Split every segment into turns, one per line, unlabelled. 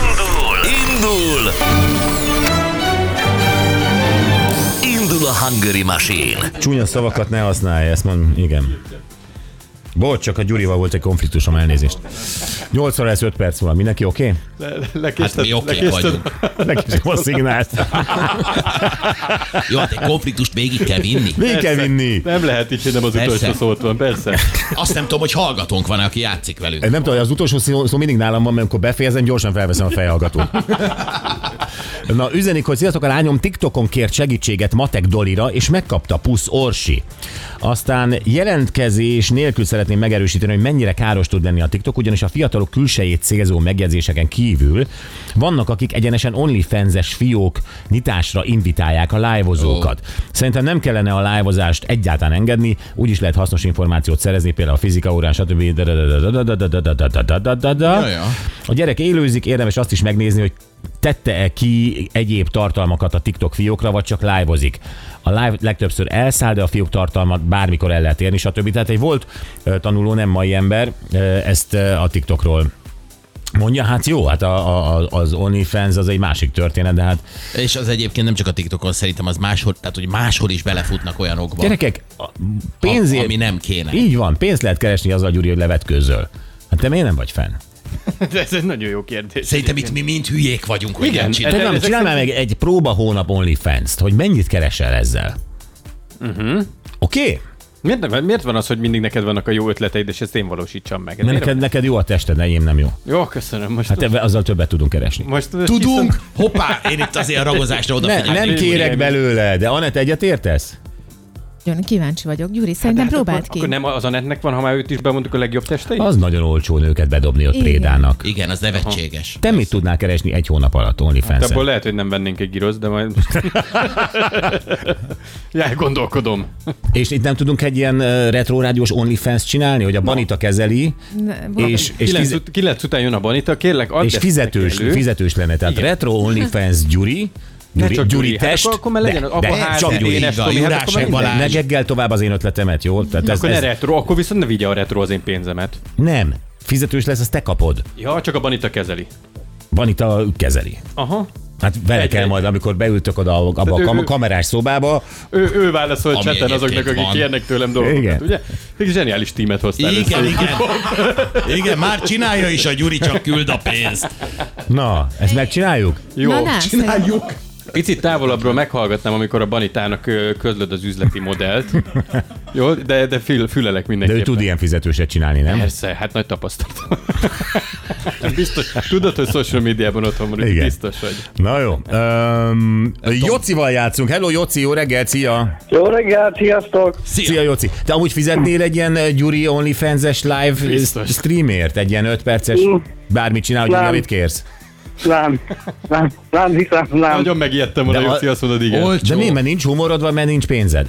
Indul! Indul! Indul a Hungary Machine!
Csúnya szavakat ne használj, ezt mondom, igen. Bocs, csak a Gyurival volt egy konfliktusom, elnézést. 8 óra lesz 5 perc van, mindenki oké?
Hát mi oké okay vagyunk.
Okay? Nekik a szignált.
Jó, hát egy konfliktust végig kell vinni.
Végig kell vinni.
Nem lehet így, hogy nem az
Persze.
utolsó szót van, persze.
Azt nem tudom, hogy hallgatónk van, aki játszik velünk.
Nem tudom, az utolsó szó, szó mindig nálam van, mert amikor befejezem, gyorsan felveszem a fejhallgatót. Na, üzenik, hogy sziasztok a lányom, TikTokon kért segítséget Matek Dolira, és megkapta Pusz Orsi. Aztán jelentkezés nélkül szeretném megerősíteni, hogy mennyire káros tud lenni a TikTok, ugyanis a fiatalok külsejét célzó megjegyzéseken kívül vannak, akik egyenesen OnlyFans-es fiók nyitásra invitálják a live-ozókat. Szerintem nem kellene a live-ozást egyáltalán engedni, úgyis lehet hasznos információt szerezni, például a fizika órán, stb. A gyerek élőzik, érdemes azt is megnézni, hogy tette-e ki egyéb tartalmakat a TikTok fiókra, vagy csak live-ozik. A live legtöbbször elszáll, de a fiók tartalmat bármikor el lehet érni, stb. Tehát egy volt ö, tanuló, nem mai ember, ö, ezt ö, a TikTokról mondja. Hát jó, hát a, a, a- az OnlyFans az egy másik történet, de hát
És az egyébként nem csak a TikTokon, szerintem az máshol, tehát hogy máshol is belefutnak olyanokba,
gyerekek, a-
a-
pénzért...
ami nem kéne.
Így van, pénzt lehet keresni azzal, Gyuri, hogy levet közöl. Hát te miért nem vagy fenn?
De ez egy nagyon jó kérdés.
Szerintem itt mi mind hülyék vagyunk, hogy
Igen,
nem csináljuk.
ez-
Tudod,
ezek
csinálj már meg egy próba hónap OnlyFans-t, hogy mennyit keresel ezzel. Uh-huh. Oké? Okay?
Mhm. Miért, nem, miért van az, hogy mindig neked vannak a jó ötleteid, és ezt én valósítsam meg? Ez
Mert
miért
neked, neked jó a tested, enyém nem jó.
van? Jó, köszönöm. Most,
Hát ebbe, azzal többet tudunk keresni.
most Hát
Tudunk, hoppá, én itt azért a ragozásra
Ne,
odafigyelek.
nem
Gyuri,
kérek
Gyuri.
belőle, de Anett egyet értesz?
Nagyon kíváncsi vagyok. Gyuri, szerintem hát,
Akkor,
próbáld ki.
akkor nem az a netnek van, ha már őt is bemondtuk a legjobb testeit?
Az nagyon olcsó nőket bedobni ott
Igen.
prédának.
Igen, az nevetséges.
Te mit tudnál keresni egy hónap alatt
Hát
onlyfans
abból lehet, hogy nem vennénk egy giroz, de majd... Já, gondolkodom.
És itt nem tudunk egy ilyen ö, retro rádiós OnlyFans csinálni, hogy a Banita kezeli,
Ne, valami-
és, és,
Kilenc,
fize-
ut- kilenc után jön a Banita, kérlek, add
és
ezt neki
fizetős,
elő.
fizetős lenne. Tehát retro OnlyFans Gyuri, Gyuri,
csak
Gyuri
Gyuri, hát
test,
akkor- akkor már legyen az
de,
apa
de,
ház,
csak
de
Gyuri.
édes Tomi, hát akkor
Jurásek
már
Balázs.
Ne geggel tovább az én ötletemet, jó? Tehát ez,
Akkor ne
ez,
retro, akkor viszont ne vigye a retro az én pénzemet.
nem, fizetős lesz, azt te kapod.
Ja, csak a Banita kezeli.
Banita kezeli.
Aha.
Hát vele
Egy-
kell
egy-
majd, amikor beültök oda abba a
ő-
kam-
ő-
kamerás szobába.
Ő, ő válaszol
Ami
cseten azoknak,
egyébként
akik
van.
kérnek tőlem dolgokat,
Igen.
ugye? Egy zseniális tímet hoztál
Igen,
össze.
igen. Igen, már csinálja is a Gyuri, csak küld a pénzt.
Na, ezt megcsináljuk?
Jó,
Na, na, szerintem.
picit távolabbról meghallgatnám, amikor a Banitának ö, közlöd az üzleti modellt. Jó, de, de fül, fülelek
De
mindenképpen.
ő tud ilyen fizetőset csinálni, nem?
Persze, hát nagy tapasztalat. biztos, tudod, hogy social médiában otthon van, úgyhogy
Igen.
biztos vagy.
Na jó. Um, Jocival játszunk. Hello, Joci, jó reggelt, szia!
Jó reggelt, sziasztok!
Szia, Joci. Te amúgy fizetnél egy ilyen ö, Gyuri OnlyFans-es live
Biztos.
streamért? Egy ilyen 5 perces bármit csinál, Gyuri,
Nem.
amit kérsz?
Nem, nem, nem hiszem, nem.
Nagyon megijedtem volna,
De a-
Jóci, azt mondod, igen.
De
Olcsó.
mi, mert nincs humorod, vagy mert nincs pénzed?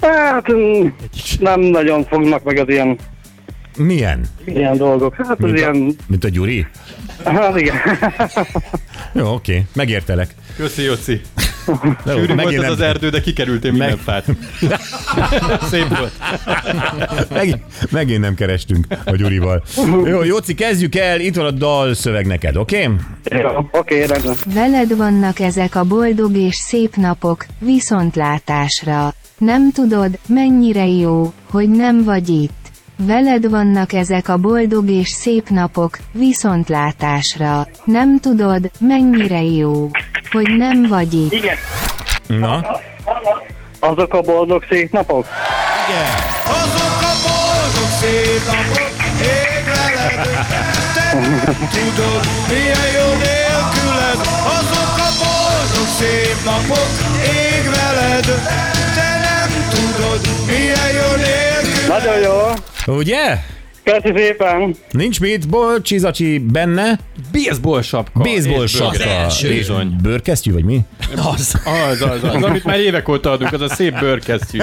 Hát mm, nem nagyon fognak meg az ilyen,
Milyen?
ilyen dolgok. Hát az
Mint a,
ilyen,
mint a Gyuri?
hát igen.
Jó, oké, megértelek.
Köszi, Jóci.
Na jó,
Sűrű volt
megint
ez
nem-
az erdő, de kikerültél minden
Meg-
fát. Szép volt.
Megint, megint nem kerestünk a Gyurival. Jó, Jóci, kezdjük el, itt van a dalszöveg neked, oké? Okay?
Jó, Oké, rendben.
Veled vannak ezek a boldog és szép napok, viszontlátásra. Nem tudod, mennyire jó, hogy nem vagy itt. Veled vannak ezek a boldog és szép napok, viszontlátásra. Nem tudod, mennyire jó, hogy nem vagy itt.
Igen,
Na,
azok a boldog szép napok.
Azok a boldog szép napok, ég veled, hogy te tudod, milyen jó nélküled. Azok a boldog szép napok, ég veled, te nem tudod, milyen jó nélküled.
Nagyon jó,
ugye?
köszi szépen.
Nincs mit, bol, csizacsi benne,
Baseball sapka.
baseball
És bőr.
Az
sapka,
első.
és bőrkesztyű, vagy mi?
Az.
Az, az, az, amit már évek óta adunk, az a szép bőrkesztyű.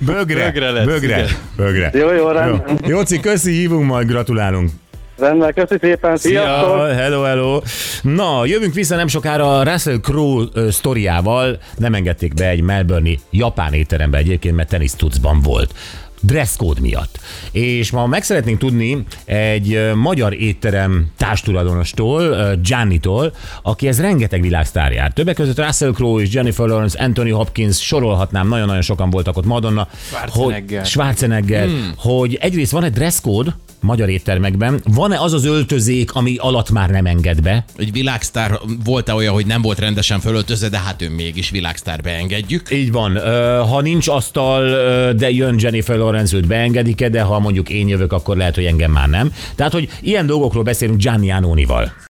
Bögre,
Bögre lesz,
bögre,
igen.
bögre.
Jó, jó,
Jó.
rendben.
Jóci, köszi, hívunk majd, gratulálunk.
Rendben, köszi szépen, sziasztok!
Ja, hello, hello. Na, jövünk vissza nem sokára a Russell Crowe ö, sztoriával. Nem engedték be egy melbourne japán étterembe egyébként, mert tenisztucban volt. dresscode miatt. És ma meg szeretnénk tudni egy ö, magyar étterem társtulajdonostól, ö, Gianni-tól, aki ez rengeteg világsztár jár. Többek között Russell Crowe és Jennifer Lawrence, Anthony Hopkins, sorolhatnám, nagyon-nagyon sokan voltak ott, Madonna.
Schwarzenegger.
Hogy, Schwarzenegger, hogy egyrészt van egy dresscode magyar éttermekben, van-e az az öltözék, ami alatt már nem enged be?
Egy világsztár volt-e olyan, hogy nem volt rendesen fölöltözve, de hát ő mégis világsztár beengedjük.
Így van. Ö, Ha nincs asztal, ö, de jön Jennifer Lawrence, őt beengedik-e, de ha mondjuk én jövök, akkor lehet, hogy engem már nem. Tehát, hogy ilyen dolgokról beszélünk Gianni Anonival.